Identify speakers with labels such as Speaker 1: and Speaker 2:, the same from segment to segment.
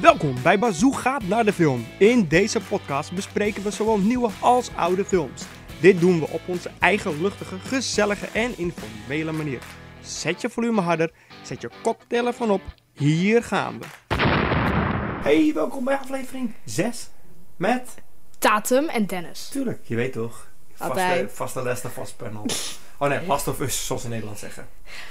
Speaker 1: Welkom bij Bazoo gaat naar de film. In deze podcast bespreken we zowel nieuwe als oude films. Dit doen we op onze eigen luchtige, gezellige en informele manier. Zet je volume harder, zet je cocktail ervan op. Hier gaan we. Hey, welkom bij aflevering 6 met,
Speaker 2: Tatum en Dennis.
Speaker 1: tuurlijk, je weet toch, vaste,
Speaker 2: Altijd.
Speaker 1: vaste lessen, vast panel. Oh nee, Last of Us, zoals ze in Nederland zeggen.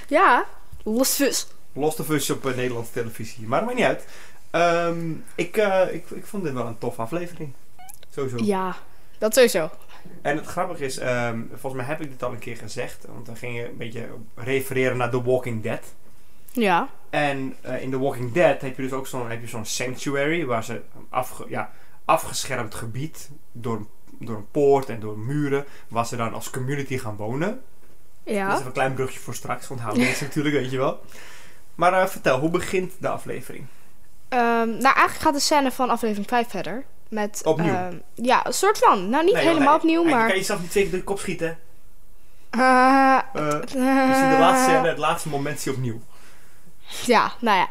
Speaker 2: Ja, los zus.
Speaker 1: Lost of Us op eh, Nederlandse televisie. Maar dat maakt niet uit. Ehm, ik, eh, ik, ik vond dit wel een toffe aflevering. Sowieso.
Speaker 2: Ja, dat sowieso.
Speaker 1: En het grappige is, ehm, volgens mij heb ik dit al een keer gezegd. Want we gingen een beetje refereren naar The Walking Dead.
Speaker 2: Ja.
Speaker 1: En eh, in The Walking Dead heb je dus ook zo'n heb je zo'n sanctuary. Waar ze een afge, ja, afgeschermd gebied door, een- door een poort en door muren. Waar ze dan als community gaan wonen. Dat
Speaker 2: Ja.
Speaker 1: is even een klein brugje voor straks. Want houden mensen natuurlijk, weet je wel. Maar eh, vertel, hoe begint de aflevering?
Speaker 2: Ehm, nou, eigenlijk gaat de scène van aflevering 5 verder. Met,
Speaker 1: Opnieuw.
Speaker 2: ehm, ja, een soort van. Nou, niet
Speaker 1: Nee, joh,
Speaker 2: helemaal
Speaker 1: nee.
Speaker 2: opnieuw,
Speaker 1: Hij-
Speaker 2: maar...
Speaker 1: Je kan jezelf niet zeker door de kop schieten.
Speaker 2: Eh,
Speaker 1: Eh
Speaker 2: eh,
Speaker 1: dus in de laatste scène, het laatste moment zie je opnieuw.
Speaker 2: Ja, nou ja.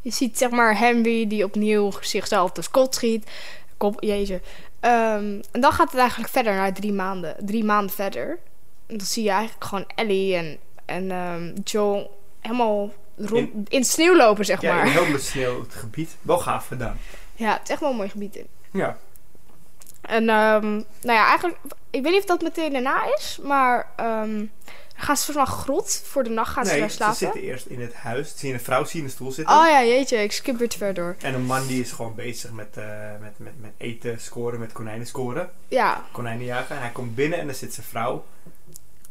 Speaker 2: Je ziet zeg maar Henry die opnieuw zichzelf de kot schiet. Kop, jezus. Ehm, en dan gaat het eigenlijk verder naar drie maanden. Drie maanden verder. En dan zie je eigenlijk gewoon Ellie en, en ehm, Joel helemaal rond, in, het sneeuw lopen, zeg
Speaker 1: Ja, in
Speaker 2: maar.
Speaker 1: een heel sneeuw het gebied. Wel gaaf gedaan.
Speaker 2: Ja, het is echt wel een mooi gebied in.
Speaker 1: Ja.
Speaker 2: En ehm, nou ja, eigenlijk... Ik weet niet of dat meteen daarna is, maar... ehm, dan gaan ze volgens mij grot voor de nacht gaan ze
Speaker 1: nee,
Speaker 2: daar
Speaker 1: ze
Speaker 2: slapen.
Speaker 1: zitten eerst in het huis. Ze zien een vrouw zien in een stoel zitten.
Speaker 2: Oh ja, jeetje, ik skip weer te ver door.
Speaker 1: En een man die is gewoon bezig met, eh, met, met, met eten scoren, met konijnen scoren.
Speaker 2: Ja,
Speaker 1: Konijnen jagen. En hij komt binnen en dan zit zijn vrouw.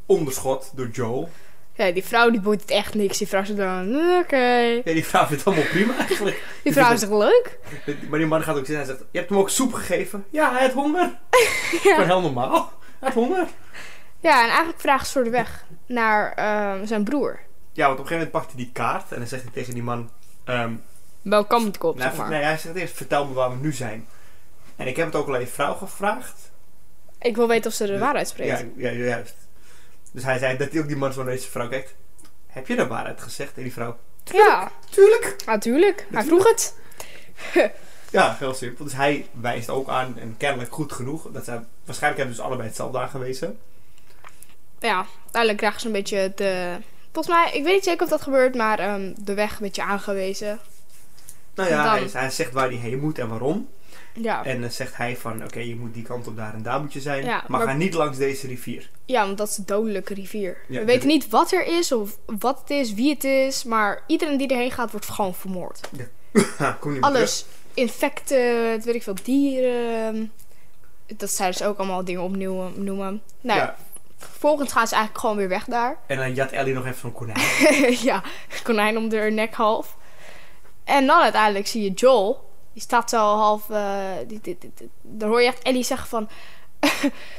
Speaker 1: Onderschot door Joel.
Speaker 2: Ja, die vrouw die boeit het echt niks. Die vrouw zegt dan, oké.
Speaker 1: Ja, die vrouw vindt het allemaal prima eigenlijk.
Speaker 2: Die vrouw is toch leuk?
Speaker 1: Maar die man gaat ook zitten en zegt... Je hebt hem ook soep gegeven? Ja, hij had honger. Gewoon heel normaal. Hij had honger.
Speaker 2: Ja, en eigenlijk vraagt ze voor de weg naar ehm, zijn broer.
Speaker 1: Ja, want op een gegeven moment pakt hij die kaart en dan zegt hij tegen die man... ehm,
Speaker 2: Wel kan het kop,
Speaker 1: nou,
Speaker 2: zeg maar.
Speaker 1: nee, hij zegt eerst, vertel me waar we nu zijn. En ik heb het ook al aan je vrouw gevraagd.
Speaker 2: Ik wil weten of ze de
Speaker 1: Dus-
Speaker 2: waarheid spreekt.
Speaker 1: Ja, ja, juist. Dus hij zei dat hij ook die man zo naar zijn vrouw kijkt. Heb je de waarheid gezegd? En die vrouw,
Speaker 2: Ja,
Speaker 1: tuurlijk.
Speaker 2: natuurlijk. Hij vroeg het.
Speaker 1: Ja, heel simpel. Dus hij wijst ook aan, en kennelijk goed genoeg, dat zij waarschijnlijk hebben ze dus allebei hetzelfde aangewezen.
Speaker 2: Ja, uiteindelijk krijgen ze een beetje de... Volgens mij, ik weet niet zeker of dat gebeurt, maar ehm, de weg een beetje aangewezen.
Speaker 1: Nou ja,
Speaker 2: Dan-
Speaker 1: hij, hij zegt waar hij heen moet en waarom.
Speaker 2: Ja,
Speaker 1: En dan zegt hij van, oké, je moet die kant op, daar en daar moet je zijn.
Speaker 2: Ja,
Speaker 1: maar,
Speaker 2: maar-
Speaker 1: ga niet langs deze rivier.
Speaker 2: ja want dat is de dodelijke rivier.
Speaker 1: Ja,
Speaker 2: We weten
Speaker 1: dat-
Speaker 2: niet wat er is of wat het is, wie het is, maar iedereen die erheen gaat wordt gewoon vermoord.
Speaker 1: Ha, kom niet meer terug.
Speaker 2: alles. Infecten, het weet ik veel, dieren. Dat zijn dus ook allemaal dingen opnieuw eh, noemen. Nou,
Speaker 1: Ja.
Speaker 2: vervolgens gaan ze eigenlijk gewoon weer weg daar.
Speaker 1: En dan jat Ellie nog even zo'n konijn.
Speaker 2: ja, konijn om de nek half. En dan uiteindelijk zie je Joel. Die staat zo half... eh, die, die, die- die- dan hoor je echt Ellie zeggen van...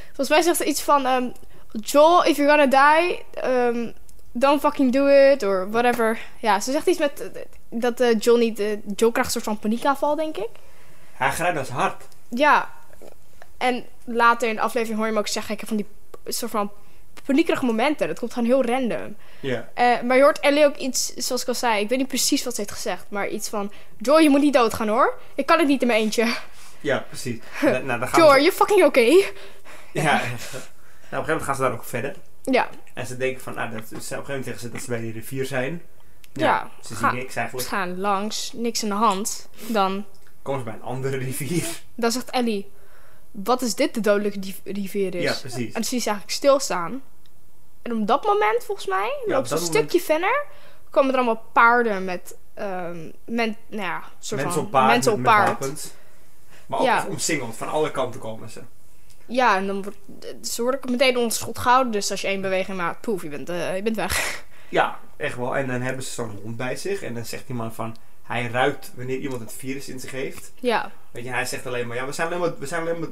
Speaker 2: Volgens mij zegt ze iets van... ehm, Joel, if you're gonna die... ehm, don't fucking do it. Or whatever. Ja, ze zegt iets met... eh, dat eh, Joel niet... eh, Joel krijgt een soort van paniekaanval, denk ik.
Speaker 1: Hij grijpt
Speaker 2: dus
Speaker 1: als hard.
Speaker 2: Ja. En later in de aflevering hoor je hem ook zeggen... Ik heb van die soort van paniekerige momenten. Dat komt gewoon heel random.
Speaker 1: Ja.
Speaker 2: Eh, maar je hoort Ellie ook iets, zoals ik al zei... Ik weet niet precies wat ze heeft gezegd. Maar iets van... Joy, je moet niet doodgaan hoor. Ik kan het niet in mijn eentje.
Speaker 1: Ja, precies. nou, nou, dan gaan
Speaker 2: Joy,
Speaker 1: we...
Speaker 2: je fucking oké.
Speaker 1: Ja. Nou, op een gegeven moment gaan ze daar ook verder.
Speaker 2: Ja,
Speaker 1: En ze denken van, nou, dat, ze op een gegeven moment zeggen ze dat ze bij die rivier zijn.
Speaker 2: Ja,
Speaker 1: Ze zien
Speaker 2: ga-
Speaker 1: niks
Speaker 2: we
Speaker 1: eigenlijk.
Speaker 2: gaan langs. Niks aan de hand. Dan,
Speaker 1: Komen ze bij een andere rivier.
Speaker 2: dan zegt Ellie... Wat is dit de dodelijke div- rivier is?
Speaker 1: Ja, precies.
Speaker 2: En toen zie je ze eigenlijk stilstaan. En op dat moment, volgens mij,
Speaker 1: Ja,
Speaker 2: loopt ze
Speaker 1: op
Speaker 2: een
Speaker 1: dat
Speaker 2: stukje verder. komen er allemaal paarden met. ehm men, nou ja, een soort
Speaker 1: Mensen
Speaker 2: van
Speaker 1: op paard,
Speaker 2: mensen
Speaker 1: met,
Speaker 2: op
Speaker 1: met
Speaker 2: paard.
Speaker 1: wapens. Maar ook
Speaker 2: Ja.
Speaker 1: omsingeld, van alle kanten komen ze.
Speaker 2: Ja, en dan wordt, ze worden ook meteen onder schot gehouden. Dus als je één beweging maakt, poef, je bent, eh, je bent weg.
Speaker 1: Ja, echt wel. En dan hebben ze zo'n hond bij zich. En dan zegt die man van, hij ruikt wanneer iemand het virus in zich heeft.
Speaker 2: Ja,
Speaker 1: Weet je, hij zegt alleen maar, ja, we zijn alleen maar... We zijn alleen maar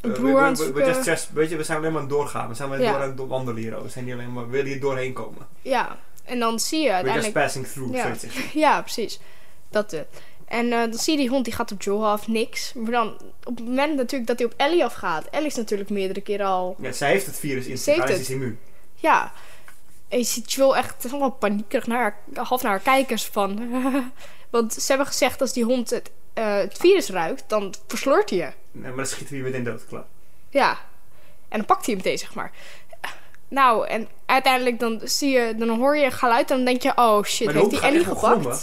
Speaker 2: een
Speaker 1: Eh,
Speaker 2: broer
Speaker 1: we,
Speaker 2: aan het
Speaker 1: we, we,
Speaker 2: zoeken.
Speaker 1: just- just- weet je, we zijn alleen maar aan het doorgaan. We zijn alleen
Speaker 2: Ja.
Speaker 1: door aan het do- wandelen hier. oh. We zijn hier alleen maar, we willen hier doorheen komen.
Speaker 2: Ja, en dan zie je
Speaker 1: We're just
Speaker 2: uiteindelijk.
Speaker 1: passing through.
Speaker 2: Ja.
Speaker 1: zoiets is het.
Speaker 2: Ja, precies. Dat eh. En eh, dan zie je die hond die gaat op Joel af, niks. Maar dan op het moment natuurlijk dat hij op Ellie afgaat. Ellie is natuurlijk meerdere keren al
Speaker 1: Ja, zij heeft het virus in
Speaker 2: Ze
Speaker 1: zich.
Speaker 2: heeft
Speaker 1: Hij
Speaker 2: het.
Speaker 1: is dus immuun.
Speaker 2: Ja. En je ziet Joel echt helemaal paniekerig naar haar, half naar haar kijkers van. Want ze hebben gezegd als die hond het eh, het virus ruikt, dan versloort hij je.
Speaker 1: Nee, maar dan schiet hij weer meteen dood, klaar.
Speaker 2: Ja. En dan pakt hij hem meteen, zeg maar. Nou, en uiteindelijk dan zie je, dan hoor je een geluid en dan denk je, oh shit,
Speaker 1: Maar de hond
Speaker 2: heeft hij
Speaker 1: gaat
Speaker 2: Ellie
Speaker 1: echt wel
Speaker 2: gepakt?
Speaker 1: grommen.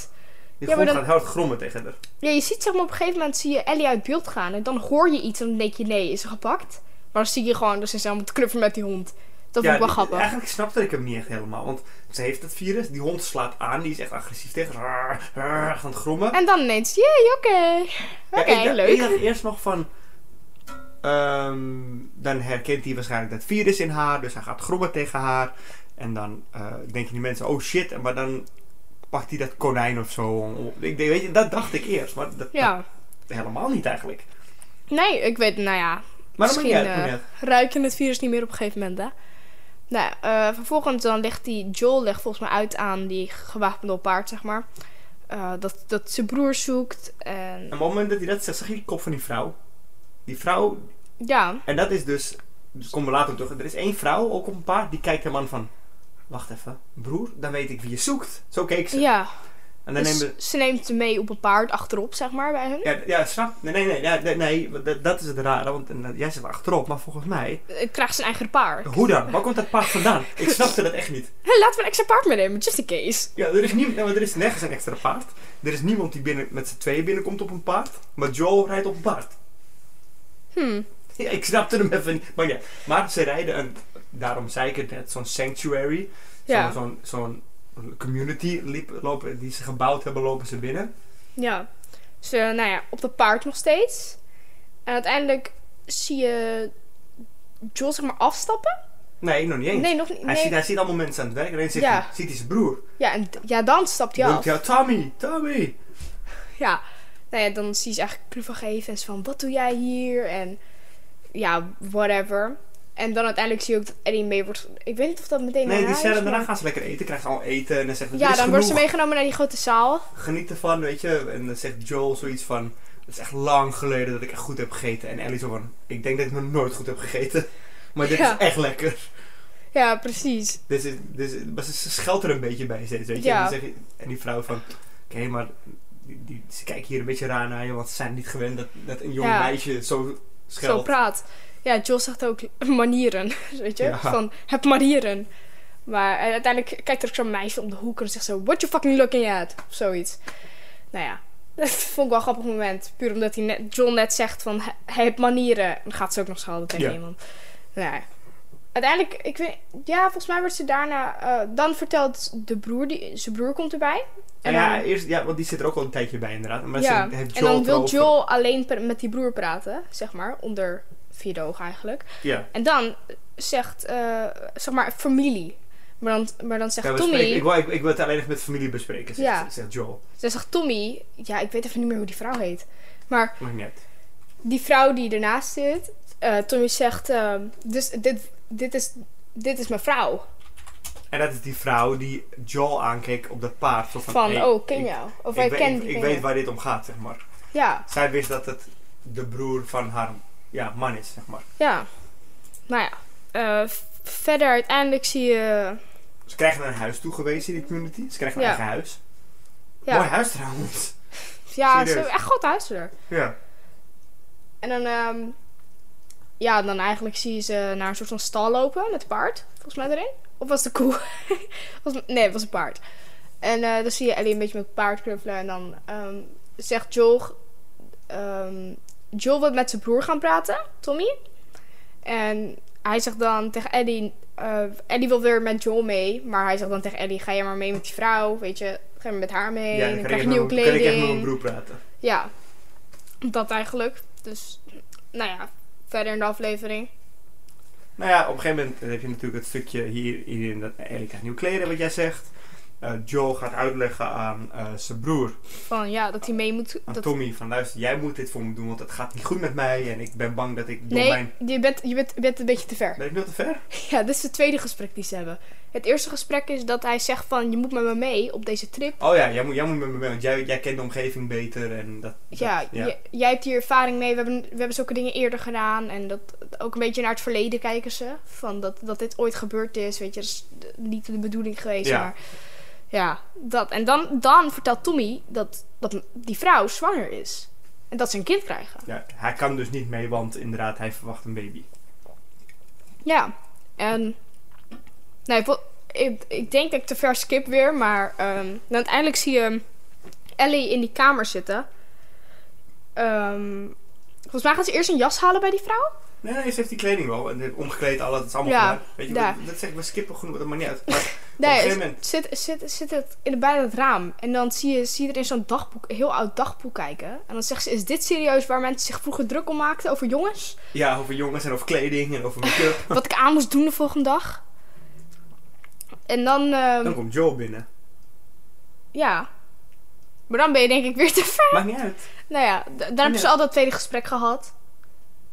Speaker 1: Die
Speaker 2: Ja, maar
Speaker 1: grond
Speaker 2: dan-
Speaker 1: gaat hard grommen tegen haar.
Speaker 2: Ja, je ziet zeg maar op een gegeven moment zie je Ellie uit beeld gaan en dan hoor je iets en dan denk je, nee, is ze gepakt? Maar dan zie je gewoon, dat ze zijn te knuffelen met die hond. Dat
Speaker 1: ja,
Speaker 2: vond ik wel
Speaker 1: die-
Speaker 2: grappig.
Speaker 1: Eigenlijk snapte ik hem niet echt helemaal. Want ze heeft het virus, die hond slaat aan, die is echt agressief tegen haar. Raar, raar, echt aan het grommen.
Speaker 2: En dan ineens, jee, oké.
Speaker 1: Ja,
Speaker 2: Oké,
Speaker 1: ik dacht-
Speaker 2: leuk.
Speaker 1: Ik dacht eerst nog van. ehm, dan herkent hij waarschijnlijk dat virus in haar, dus hij gaat grommen tegen haar. En dan eh, denken die mensen, oh shit, maar dan pakt hij dat konijn of zo. om- om- Ik, denk, weet je, dat dacht ik eerst, maar dat,
Speaker 2: Ja.
Speaker 1: dat helemaal niet eigenlijk.
Speaker 2: Nee, ik weet, nou ja,
Speaker 1: Maar dan moet je
Speaker 2: Misschien,
Speaker 1: uit.
Speaker 2: eh, ruik je het virus niet meer op een gegeven moment, hè? Nou, ja, eh, vervolgens dan legt die Joel legt volgens mij uit aan die gewapende opaard, zeg maar. Eh, dat, dat zijn broer zoekt en...
Speaker 1: Op het moment dat hij dat zegt, zag je die kop van die vrouw. Die vrouw,
Speaker 2: Ja,
Speaker 1: en dat is dus, dus komen we later op terug. Er is één vrouw, ook op een paard, die kijkt de man van, wacht even, broer, dan weet ik wie je zoekt. Zo keek ze.
Speaker 2: ja.
Speaker 1: En dan
Speaker 2: dus
Speaker 1: nemen
Speaker 2: ze neemt hem mee op een paard achterop, zeg maar, bij hun.
Speaker 1: Ja, ja, snap. Nee, nee, nee, ja, nee, nee want dat, dat is het rare. Want en, eh, jij zit achterop, maar volgens mij.
Speaker 2: Eh, Krijgt zijn eigen paard.
Speaker 1: Hoe dan? Waar komt dat paard vandaan? Ik snapte dat echt niet.
Speaker 2: Hé, laten we een extra paard meenemen, just in case.
Speaker 1: Ja, er is, niemand, nou, er is nergens een extra paard. Er is niemand die binnen, met z'n tweeën binnenkomt op een paard. Maar Joel rijdt op een paard.
Speaker 2: Hm.
Speaker 1: Ja, ik snapte hem even niet. Maar, ja. maar ze rijden, een, daarom zei ik het net, zo'n sanctuary.
Speaker 2: Ja.
Speaker 1: Zo'n zo'n zo'n community liep, lopen, die ze gebouwd hebben, lopen ze binnen.
Speaker 2: Ja. Ze, nou ja, op dat paard nog steeds. En uiteindelijk zie je Joel, zeg maar, afstappen.
Speaker 1: Nee, nog niet eens.
Speaker 2: Nee, nog niet.
Speaker 1: Hij,
Speaker 2: Nee.
Speaker 1: Ziet, hij ziet allemaal mensen aan het werk. En ineens ziet,
Speaker 2: Ja.
Speaker 1: hij, ziet hij zijn broer.
Speaker 2: Ja, en, d- ja, dan stapt hij
Speaker 1: Dan
Speaker 2: af.
Speaker 1: roept hij, Tommy, Tommy.
Speaker 2: Ja, nou ja, dan zie je ze eigenlijk knuffel geven en zo van, wat doe jij hier? En ja, whatever. En dan uiteindelijk zie je ook dat Ellie mee wordt... Ik weet niet of dat meteen
Speaker 1: Nee,
Speaker 2: naar
Speaker 1: die
Speaker 2: huis,
Speaker 1: zeggen daarna
Speaker 2: maar-
Speaker 1: gaan ze lekker eten, krijgen ze al eten en dan zegt
Speaker 2: Ja, dan wordt ze
Speaker 1: mee.
Speaker 2: meegenomen naar die grote zaal.
Speaker 1: Geniet ervan, weet je. En dan zegt Joel zoiets van, het is echt lang geleden dat ik echt goed heb gegeten. En Ellie zo van, ik denk dat ik nog nooit goed heb gegeten. Maar dit
Speaker 2: Ja.
Speaker 1: is echt lekker.
Speaker 2: Ja, precies.
Speaker 1: Dit is, dit is, maar ze ze schelt er een beetje bij steeds, weet je.
Speaker 2: Ja.
Speaker 1: En, dan zeg je en die vrouw van, oké, maar die, die- ze kijken hier een beetje raar naar je, want ze zijn niet gewend dat, dat een jong
Speaker 2: Ja.
Speaker 1: meisje zo
Speaker 2: Zo
Speaker 1: scheldt.
Speaker 2: praat. Ja, Joel zegt ook manieren, weet je?
Speaker 1: Ja.
Speaker 2: Van, heb manieren. Maar eh, uiteindelijk kijkt er ook zo'n meisje om de hoek en zegt zo, what you fucking looking at? Of zoiets. Nou ja, dat vond ik wel een grappig moment. Puur omdat hij net, John net zegt van, hij- hij heeft manieren. En dan gaat ze ook nog schelden tegen
Speaker 1: Ja.
Speaker 2: iemand. Nou ja. Uiteindelijk, ik weet, ja, volgens mij wordt ze daarna, eh, dan vertelt de broer, die, zijn broer komt erbij.
Speaker 1: En
Speaker 2: dan-
Speaker 1: ja, eerst, ja, want die zit er ook al een tijdje bij inderdaad. Maar
Speaker 2: ja,
Speaker 1: ze heeft
Speaker 2: en
Speaker 1: Joel
Speaker 2: dan wil
Speaker 1: erover.
Speaker 2: Joel alleen per- met die broer praten, zeg maar, onder vier de ogen eigenlijk.
Speaker 1: Ja.
Speaker 2: En dan zegt, eh, zeg maar, familie. Maar dan, maar dan zegt
Speaker 1: Ja, we
Speaker 2: Tommy,
Speaker 1: spreken- ik, wil, ik, ik wil het alleen even met familie bespreken, zegt,
Speaker 2: Ja.
Speaker 1: zegt Joel.
Speaker 2: dan zegt Tommy, ja, ik weet even niet meer hoe die vrouw heet. Maar
Speaker 1: Mag net.
Speaker 2: die vrouw die ernaast zit, eh, Tommy zegt, ehm, dus dit, dit, is, dit is mijn vrouw.
Speaker 1: En dat is die vrouw die Joel aankeek op dat paard. Zo van,
Speaker 2: Van,
Speaker 1: hey,
Speaker 2: oh, ken
Speaker 1: ik-
Speaker 2: jou. Of
Speaker 1: ik,
Speaker 2: ik
Speaker 1: weet-
Speaker 2: ken
Speaker 1: ik-
Speaker 2: die.
Speaker 1: ik
Speaker 2: ken
Speaker 1: weet
Speaker 2: je.
Speaker 1: waar dit om gaat, zeg maar.
Speaker 2: Ja,
Speaker 1: Zij wist dat het de broer van haar ja, man is, zeg maar.
Speaker 2: ja. Nou ja, eh, v- verder uiteindelijk zie je...
Speaker 1: Ze krijgen een huis toegewezen in die community. Ze krijgen een
Speaker 2: Ja.
Speaker 1: eigen huis.
Speaker 2: Ja,
Speaker 1: Mooi huis trouwens.
Speaker 2: ja ze
Speaker 1: serieus.
Speaker 2: hebben echt goed huis er.
Speaker 1: Ja.
Speaker 2: En dan, ehm, ja, dan eigenlijk zie je ze naar een soort van stal lopen met een paard, volgens mij erin. Of was het een koe? was, nee, het was een paard. En eh, dan zie je Ellie een beetje met het paard knuffelen. En dan ehm, zegt Joel, ehm Joel wil met zijn broer gaan praten, Tommy. En hij zegt dan tegen Ellie, eh, Ellie wil weer met Joel mee. Maar hij zegt dan tegen Ellie, ga jij maar mee met die vrouw, weet je. Ga je met haar mee,
Speaker 1: ja,
Speaker 2: dan,
Speaker 1: kan
Speaker 2: krijg
Speaker 1: ik
Speaker 2: je nieuwe
Speaker 1: nog- kan ik echt met mijn
Speaker 2: kleding.
Speaker 1: broer praten.
Speaker 2: Ja, dat eigenlijk. Dus, nou ja, verder in de aflevering.
Speaker 1: Nou ja, op een gegeven moment heb je natuurlijk het stukje hier, hierin dat Ellie krijgt nieuw kleren, wat jij zegt. Eh, Joel gaat uitleggen aan eh, zijn broer
Speaker 2: Van ja, dat hij mee moet.
Speaker 1: aan
Speaker 2: Dat,
Speaker 1: Tommy van luister, jij moet dit voor me doen, want het gaat niet goed met mij en ik ben bang dat ik door
Speaker 2: nee,
Speaker 1: mijn...
Speaker 2: je bent, je, bent, je bent een beetje te ver.
Speaker 1: Ben ik nog te ver?
Speaker 2: Ja, dit is het tweede gesprek die ze hebben. Het eerste gesprek is dat hij zegt van je moet met me mee op deze trip.
Speaker 1: Oh ja, jij moet, jij moet met me mee, want jij, jij kent de omgeving beter en dat... dat-
Speaker 2: Ja, je- jij hebt hier ervaring mee. We hebben, we hebben zulke dingen eerder gedaan. En dat ook een beetje naar het verleden kijken ze. Van dat, dat dit ooit gebeurd is. Weet je, dat is d- niet de bedoeling geweest.
Speaker 1: Ja.
Speaker 2: Maar ja, dat. En dan, dan vertelt Tommy dat, dat die vrouw zwanger is. En dat ze een kind krijgen.
Speaker 1: Ja, hij kan dus niet mee, want inderdaad, hij verwacht een baby.
Speaker 2: Ja, en. Nee, ik, wil- ik, ik denk dat ik te ver skip weer, maar. ehm, dan uiteindelijk zie je ehm, Ellie in die kamer zitten. Ehm, volgens mij gaat ze eerst een jas halen bij die vrouw.
Speaker 1: Nee, nee, ze heeft die kleding wel. En dit omgekleed, al dat is allemaal
Speaker 2: Ja,
Speaker 1: gedaan. Weet je,
Speaker 2: daar.
Speaker 1: dat, dat zeg ik, we skippen genoeg, dat maakt niet uit. Maar
Speaker 2: Nee,
Speaker 1: gegeven
Speaker 2: het
Speaker 1: moment-
Speaker 2: zit, zit, zit het in, bij het raam. En dan zie je, zie je er in zo'n dagboek, een heel oud dagboek kijken. En dan zegt ze: Is dit serieus waar mensen zich vroeger druk om maakten over jongens?
Speaker 1: ja, over jongens en over kleding en over make-up.
Speaker 2: Wat ik aan moest doen de volgende dag. En dan. ehm,
Speaker 1: Dan komt Joel binnen.
Speaker 2: Ja. Maar dan ben je denk ik weer te ver.
Speaker 1: Maakt niet uit.
Speaker 2: Nou ja, d- daar hebben ze al dat tweede gesprek gehad.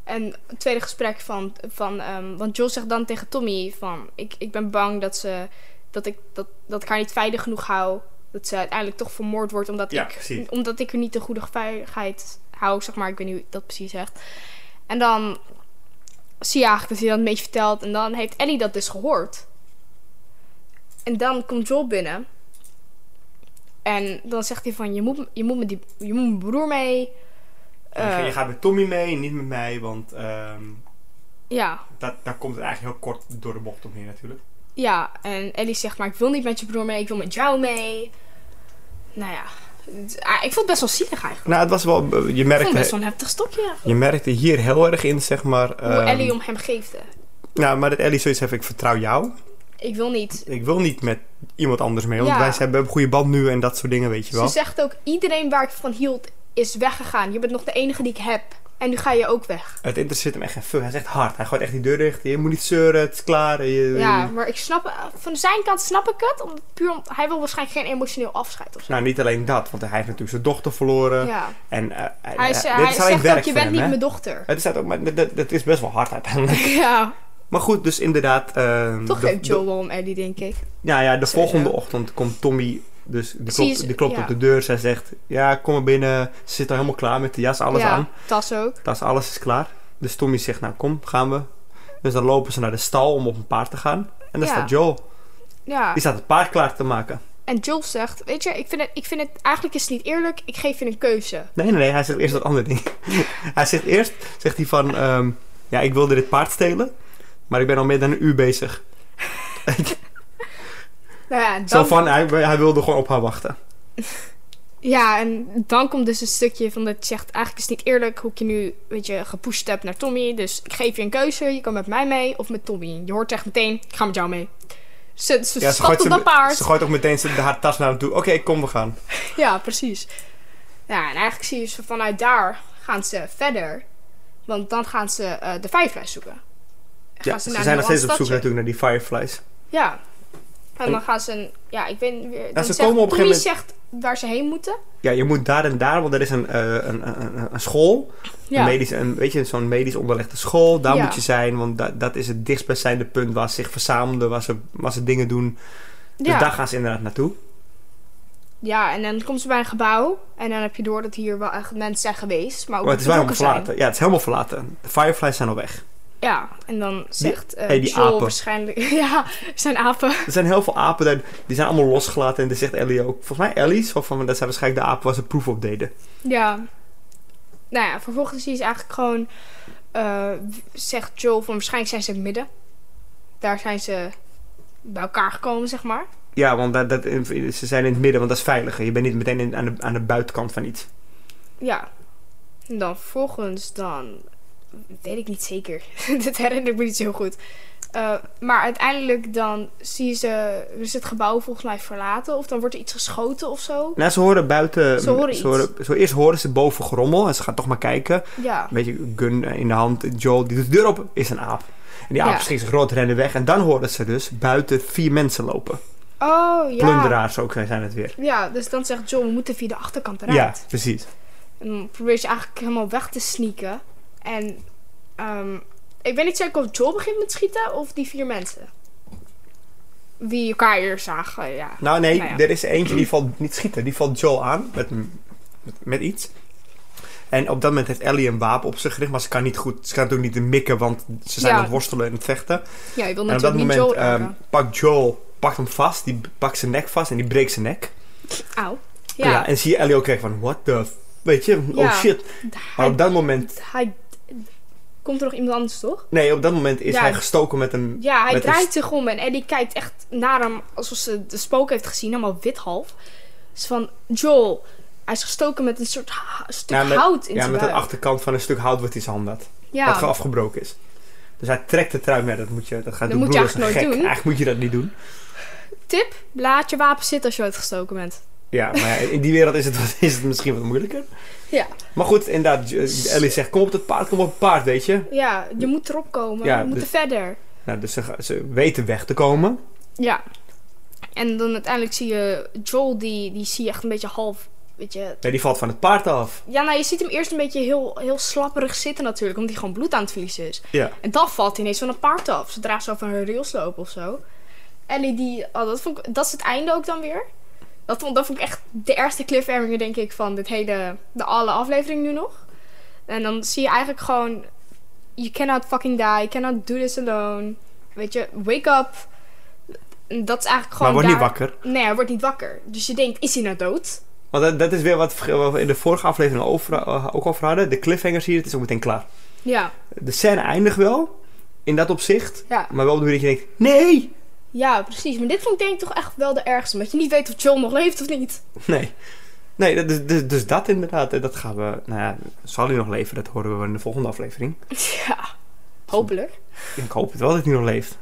Speaker 2: En het tweede gesprek van... van ehm, want Joel zegt dan tegen Tommy van... Ik, ik ben bang dat ze... Dat ik, dat, dat ik haar niet veilig genoeg hou. Dat ze uiteindelijk toch vermoord wordt omdat,
Speaker 1: Ja,
Speaker 2: ik,
Speaker 1: precies.
Speaker 2: omdat ik er niet de goede veiligheid hou. Zeg maar, ik weet niet hoe dat precies zegt. En dan zie je eigenlijk dat hij dat een beetje vertelt. En dan heeft Ellie dat dus gehoord. En dan komt Joel binnen. En dan zegt hij van, je moet, je moet, met, die, je moet mijn broer mee. Eh,
Speaker 1: je gaat met Tommy mee, niet met mij, want ehm,
Speaker 2: ja,
Speaker 1: dat, daar komt het eigenlijk heel kort door de bocht omheen natuurlijk.
Speaker 2: ja. En Ellie zegt, maar ik wil niet met je broer mee, ik wil met jou mee. Nou ja, het- ah, ik vond het best wel zielig eigenlijk.
Speaker 1: Nou, het was wel, je
Speaker 2: Ik vond het best
Speaker 1: merkte,
Speaker 2: wel een heftig stokje.
Speaker 1: je merkte hier heel erg in, zeg maar.
Speaker 2: Hoe
Speaker 1: ehm,
Speaker 2: Ellie om hem geefde.
Speaker 1: Nou, maar dat Ellie zoiets heeft, ik vertrouw jou.
Speaker 2: Ik wil niet.
Speaker 1: Ik wil niet met iemand anders mee, want
Speaker 2: Ja.
Speaker 1: wij zijn- we hebben een goede band nu en dat soort dingen, weet je wel.
Speaker 2: Ze zegt ook, iedereen waar ik van hield is weggegaan. Je bent nog de enige die ik heb. En nu ga je ook weg.
Speaker 1: Het interesseert hem echt geen fuck. Hij is echt hard. Hij gooit echt die deur dicht. Je moet niet zeuren, het is klaar. Je-
Speaker 2: Ja, maar ik snap, eh, van zijn kant snap ik het. Om, puur om, hij wil waarschijnlijk geen emotioneel afscheid of zo.
Speaker 1: Nou, niet alleen dat, want hij heeft natuurlijk zijn dochter verloren.
Speaker 2: Ja.
Speaker 1: En eh, hij,
Speaker 2: Hij,
Speaker 1: eh,
Speaker 2: ze-
Speaker 1: dit
Speaker 2: hij
Speaker 1: is alleen
Speaker 2: zegt
Speaker 1: werk
Speaker 2: ook, je
Speaker 1: voor
Speaker 2: bent
Speaker 1: hem,
Speaker 2: niet
Speaker 1: hè?
Speaker 2: mijn dochter.
Speaker 1: Het is dat ook, maar dat- dat, dat is best wel hard uiteindelijk.
Speaker 2: Ja,
Speaker 1: Maar goed, dus inderdaad. ehm,
Speaker 2: toch
Speaker 1: de-
Speaker 2: geeft
Speaker 1: de-
Speaker 2: Joel wel om Ellie, denk ik.
Speaker 1: Ja, ja, de
Speaker 2: Sowieso.
Speaker 1: volgende ochtend komt Tommy. Dus die
Speaker 2: Precies,
Speaker 1: klopt, die klopt
Speaker 2: ja.
Speaker 1: op de deur. Zij zegt: Ja, kom maar binnen. Ze zit al helemaal klaar met de jas, alles
Speaker 2: ja,
Speaker 1: aan.
Speaker 2: tas ook.
Speaker 1: Dat is alles is klaar. Dus Tommy zegt: Nou, kom, gaan we. Dus dan lopen ze naar de stal om op een paard te gaan. En daar
Speaker 2: Ja.
Speaker 1: staat Joel.
Speaker 2: Ja.
Speaker 1: Die staat het paard klaar te maken.
Speaker 2: En Joel zegt, weet je, ik vind, het, ik vind het eigenlijk is het niet eerlijk. Ik geef je een keuze.
Speaker 1: Nee, nee, nee, hij zegt eerst dat andere ding. hij zegt eerst, zegt hij van, ehm, ja, ik wilde dit paard stelen, maar ik ben al meer dan een uur bezig.
Speaker 2: Nou ja, dan,
Speaker 1: Zo van, hij, hij wilde gewoon op haar wachten.
Speaker 2: ja, en dan komt dus een stukje van dat je zegt, eigenlijk is het niet eerlijk hoe ik je nu, weet je, gepusht heb naar Tommy. Dus ik geef je een keuze. Je kan met mij mee of met Tommy. Je hoort echt meteen, ik ga met jou mee. Ze, ze
Speaker 1: Ja,
Speaker 2: stapt op
Speaker 1: ze-
Speaker 2: dat paard.
Speaker 1: Ze gooit ook meteen zijn- haar tas naar hem toe. Oké, kom, we gaan.
Speaker 2: Ja, precies. Ja, en eigenlijk zie je ze vanuit daar gaan ze verder. Want dan gaan ze eh, de Fireflies zoeken. En
Speaker 1: Ja,
Speaker 2: gaan
Speaker 1: ze
Speaker 2: naar
Speaker 1: zijn
Speaker 2: een
Speaker 1: nog steeds op
Speaker 2: ander
Speaker 1: zoek
Speaker 2: stadje.
Speaker 1: natuurlijk naar die fireflies.
Speaker 2: Ja. En dan gaan ze, een- ja, ik weet niet weer. dan
Speaker 1: ze
Speaker 2: zegt-
Speaker 1: komen op een
Speaker 2: Tommy
Speaker 1: gegeven
Speaker 2: zegt waar ze heen moeten.
Speaker 1: Ja, je moet daar en daar, want er is een, eh, een, een, een- een school. Een
Speaker 2: Ja.
Speaker 1: medisch, een, weet je, zo'n medisch onderlegde school. Daar
Speaker 2: Ja.
Speaker 1: moet je zijn, want da- dat is het dichtstbijzijnde punt waar ze zich verzamelden, waar ze, waar ze dingen doen. Dus
Speaker 2: ja. Oh,
Speaker 1: daar gaan ze inderdaad naartoe.
Speaker 2: ja, en dan komt ze bij een gebouw. En dan heb je door dat hier wel echt mensen zijn geweest. Maar ook
Speaker 1: Maar het is wel helemaal
Speaker 2: betrokken zijn.
Speaker 1: verlaten. Ja, het is helemaal verlaten. De Fireflies zijn al weg.
Speaker 2: Ja, en dan zegt eh
Speaker 1: hey, die
Speaker 2: Joel
Speaker 1: apen.
Speaker 2: waarschijnlijk... ja, zijn apen.
Speaker 1: Er zijn heel veel apen daar, die zijn allemaal losgelaten. En dat zegt Ellie ook. Volgens mij Ellie, zo van, dat zijn waarschijnlijk de apen waar ze proef op deden.
Speaker 2: Ja. Nou ja, vervolgens is eigenlijk gewoon... eh, zegt Joel van waarschijnlijk zijn ze in het midden. Daar zijn ze bij elkaar gekomen, zeg maar.
Speaker 1: Ja, want dat, dat, ze zijn in het midden, want dat is veiliger. Je bent niet meteen in- aan, de, aan de buitenkant van iets.
Speaker 2: Ja. En dan vervolgens dan... Weet ik niet zeker. Dit herinner ik me niet zo heel goed. Eh, maar uiteindelijk dan zie ze... Is het gebouw volgens mij verlaten? Of dan wordt er iets geschoten of zo?
Speaker 1: Nou, ze horen buiten...
Speaker 2: Ze horen iets.
Speaker 1: zo, eerst horen ze boven gerommel en ze gaan toch maar kijken.
Speaker 2: Ja.
Speaker 1: Een beetje gun in de hand. Joel, die doet de deur op, is een aap. En die aap
Speaker 2: Ja.
Speaker 1: schiet zich groot, rennen weg. En dan horen ze dus buiten vier mensen lopen.
Speaker 2: Oh, ja.
Speaker 1: Plunderaars ook zijn het weer.
Speaker 2: Ja, dus dan zegt Joel, we moeten via de achterkant eruit.
Speaker 1: Ja, precies.
Speaker 2: En dan probeert ze eigenlijk helemaal weg te sneaken. En ehm, ik weet niet zeker of Joel begint met schieten of die vier mensen. Die elkaar eerst zagen, ja.
Speaker 1: Nou nee,
Speaker 2: Nou ja.
Speaker 1: er is eentje die valt niet schieten. Die valt Joel aan met, een- met, met iets. En op dat moment heeft Ellie een wapen op zich gericht. Maar ze kan niet goed, ze kan natuurlijk niet te mikken. Want ze zijn
Speaker 2: Ja.
Speaker 1: aan het worstelen en het vechten.
Speaker 2: Ja, je wil
Speaker 1: en op dat
Speaker 2: natuurlijk niet
Speaker 1: moment
Speaker 2: Joel
Speaker 1: ehm,
Speaker 2: raken.
Speaker 1: pakt Joel pakt hem vast. Die pakt zijn nek vast en die breekt zijn nek.
Speaker 2: Auw. Ja, ja,
Speaker 1: en zie je Ellie ook kijken van, what the Weet je, oh
Speaker 2: Ja.
Speaker 1: shit. Maar op dat moment,
Speaker 2: Hij, komt er nog iemand anders, toch?
Speaker 1: nee, op dat moment is
Speaker 2: Ja.
Speaker 1: hij gestoken met een...
Speaker 2: Ja, hij
Speaker 1: Met een
Speaker 2: draait zich om en Ellie kijkt echt naar hem alsof ze de spook heeft gezien, helemaal wit half. Dus van, Joel, hij is gestoken met een soort ha- stuk
Speaker 1: Ja, met-
Speaker 2: hout in
Speaker 1: ja,
Speaker 2: zijn
Speaker 1: met de
Speaker 2: buik.
Speaker 1: achterkant van een stuk hout wordt hij zijn hand had.
Speaker 2: ja,
Speaker 1: Wat afgebroken is. Dus hij trekt de trui mee. Dat, moet je, dat gaat
Speaker 2: Dat
Speaker 1: doen.
Speaker 2: moet je
Speaker 1: Broer, is een
Speaker 2: eigenlijk
Speaker 1: gek.
Speaker 2: nooit doen.
Speaker 1: Eigenlijk moet je dat niet doen.
Speaker 2: tip, laat je wapen zitten als je ooit gestoken bent.
Speaker 1: Ja, maar ja, in die wereld is het, wat- is het misschien wat moeilijker.
Speaker 2: Ja,
Speaker 1: Maar goed, inderdaad, J- eh, Ellie zegt, kom op het paard, kom op het paard, weet je.
Speaker 2: ja je moet erop komen,
Speaker 1: Ja,
Speaker 2: we moeten
Speaker 1: dus-
Speaker 2: verder.
Speaker 1: Nou, dus ze, ga- ze weten weg te komen.
Speaker 2: Ja. En dan uiteindelijk zie je Joel, die, die zie je echt een beetje half, weet je...
Speaker 1: Nee, die valt van het paard af.
Speaker 2: Ja, nou, je ziet hem eerst een beetje heel, heel slapperig zitten natuurlijk, omdat hij gewoon bloed aan het verliezen is.
Speaker 1: Ja.
Speaker 2: En dan valt hij ineens van een paard af. Zodra ze over een rails lopen of zo. Ellie die... Oh, dat, vond ik, dat is het einde ook dan weer. Dat vond, dat vond ik echt de ergste cliffhanger, denk ik, van dit hele... De alle aflevering nu nog. En dan zie je eigenlijk gewoon... You cannot fucking die. You cannot do this alone. Weet je, wake up. Dat is eigenlijk
Speaker 1: maar
Speaker 2: gewoon
Speaker 1: wordt
Speaker 2: daar...
Speaker 1: niet wakker.
Speaker 2: Nee, hij wordt niet wakker. Dus je denkt, is hij nou dood?
Speaker 1: Want dat, dat is weer wat we wat we in de vorige aflevering over, eh, ook over hadden. De cliffhangers hier, het is ook meteen klaar.
Speaker 2: Ja,
Speaker 1: De scène eindigt wel, in dat opzicht.
Speaker 2: ja.
Speaker 1: Maar wel op de manier dat je denkt, nee!
Speaker 2: Ja, precies. Maar dit vond ik denk ik toch echt wel de ergste. Omdat je niet weet of Joel nog leeft of niet.
Speaker 1: Nee. Nee, dat- dus, dus, dus dat inderdaad. eh, Dat gaan we, nou ja, zal hij nog leven? Dat horen we in de volgende aflevering.
Speaker 2: Ja, hopelijk.
Speaker 1: Ik hoop het wel dat hij nog leeft.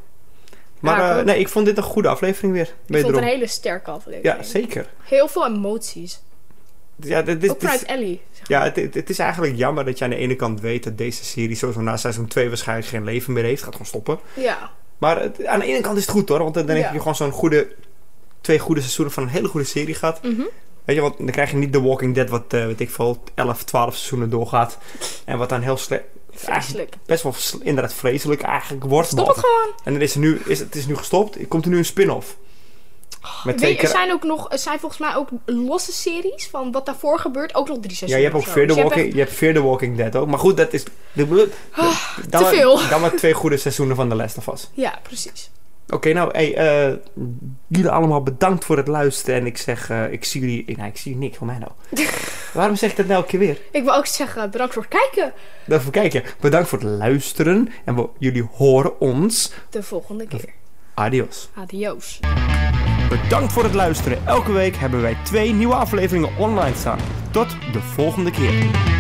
Speaker 1: Maar
Speaker 2: Ja, ik
Speaker 1: eh,
Speaker 2: ook.
Speaker 1: nee, ik vond dit een goede aflevering weer.
Speaker 2: Ik vond het
Speaker 1: Wederom.
Speaker 2: een hele sterke aflevering.
Speaker 1: Ja, zeker. Dus
Speaker 2: Heel veel emoties.
Speaker 1: Ja, dit, dit,
Speaker 2: Ook
Speaker 1: dit-
Speaker 2: vanuit Ellie.
Speaker 1: ja het, het, het is eigenlijk jammer dat je aan de ene kant weet dat deze serie sowieso na seizoen 2 waarschijnlijk geen leven meer heeft. Gaat gewoon stoppen.
Speaker 2: Ja.
Speaker 1: Maar het- aan de ene kant is het goed hoor, want dan heb
Speaker 2: Ja.
Speaker 1: je gewoon zo'n goede, twee goede seizoenen van een hele goede serie gehad.
Speaker 2: Mhm.
Speaker 1: Weet je, want dan krijg je niet The Walking Dead wat, eh weet ik veel, 11, 12 seizoenen doorgaat. En wat dan heel slecht,
Speaker 2: Vreselijk.
Speaker 1: best wel vres- inderdaad vreselijk eigenlijk wordt.
Speaker 2: Stop het
Speaker 1: Behalve-
Speaker 2: gewoon.
Speaker 1: En dan is er nu, is, het is nu gestopt, komt er nu een spin-off. Met twee
Speaker 2: Ah, Weet je, er
Speaker 1: keer...
Speaker 2: zijn ook nog, er zijn volgens mij ook losse series van wat daarvoor gebeurt. Ook nog drie
Speaker 1: Ja,
Speaker 2: seizoenen.
Speaker 1: je hebt ook
Speaker 2: of zo.
Speaker 1: Fear the,
Speaker 2: Dus je hebt
Speaker 1: Walking, je hebt Fear the Walking Dead ook. Maar goed, dat is... de- dan maar-
Speaker 2: Ah, veel.
Speaker 1: Dan maar twee goede seizoenen van The Last of Us.
Speaker 2: echt- Ja, precies.
Speaker 1: Oké, nou, hey, eh, jullie allemaal bedankt voor het luisteren. En ik zeg, eh, ik zie jullie... eh, Nou, ik zie jullie niks van mij nou. Waarom zeg ik dat nou elke keer weer? Nou,
Speaker 2: Ik wil ook zeggen, bedankt voor het kijken.
Speaker 1: Even kijken. Bedankt voor het luisteren. En we, jullie horen ons.
Speaker 2: De volgende keer.
Speaker 1: Adios.
Speaker 2: Adios.
Speaker 1: Bedankt voor het luisteren. Elke week hebben wij twee nieuwe afleveringen online staan. Tot de volgende keer.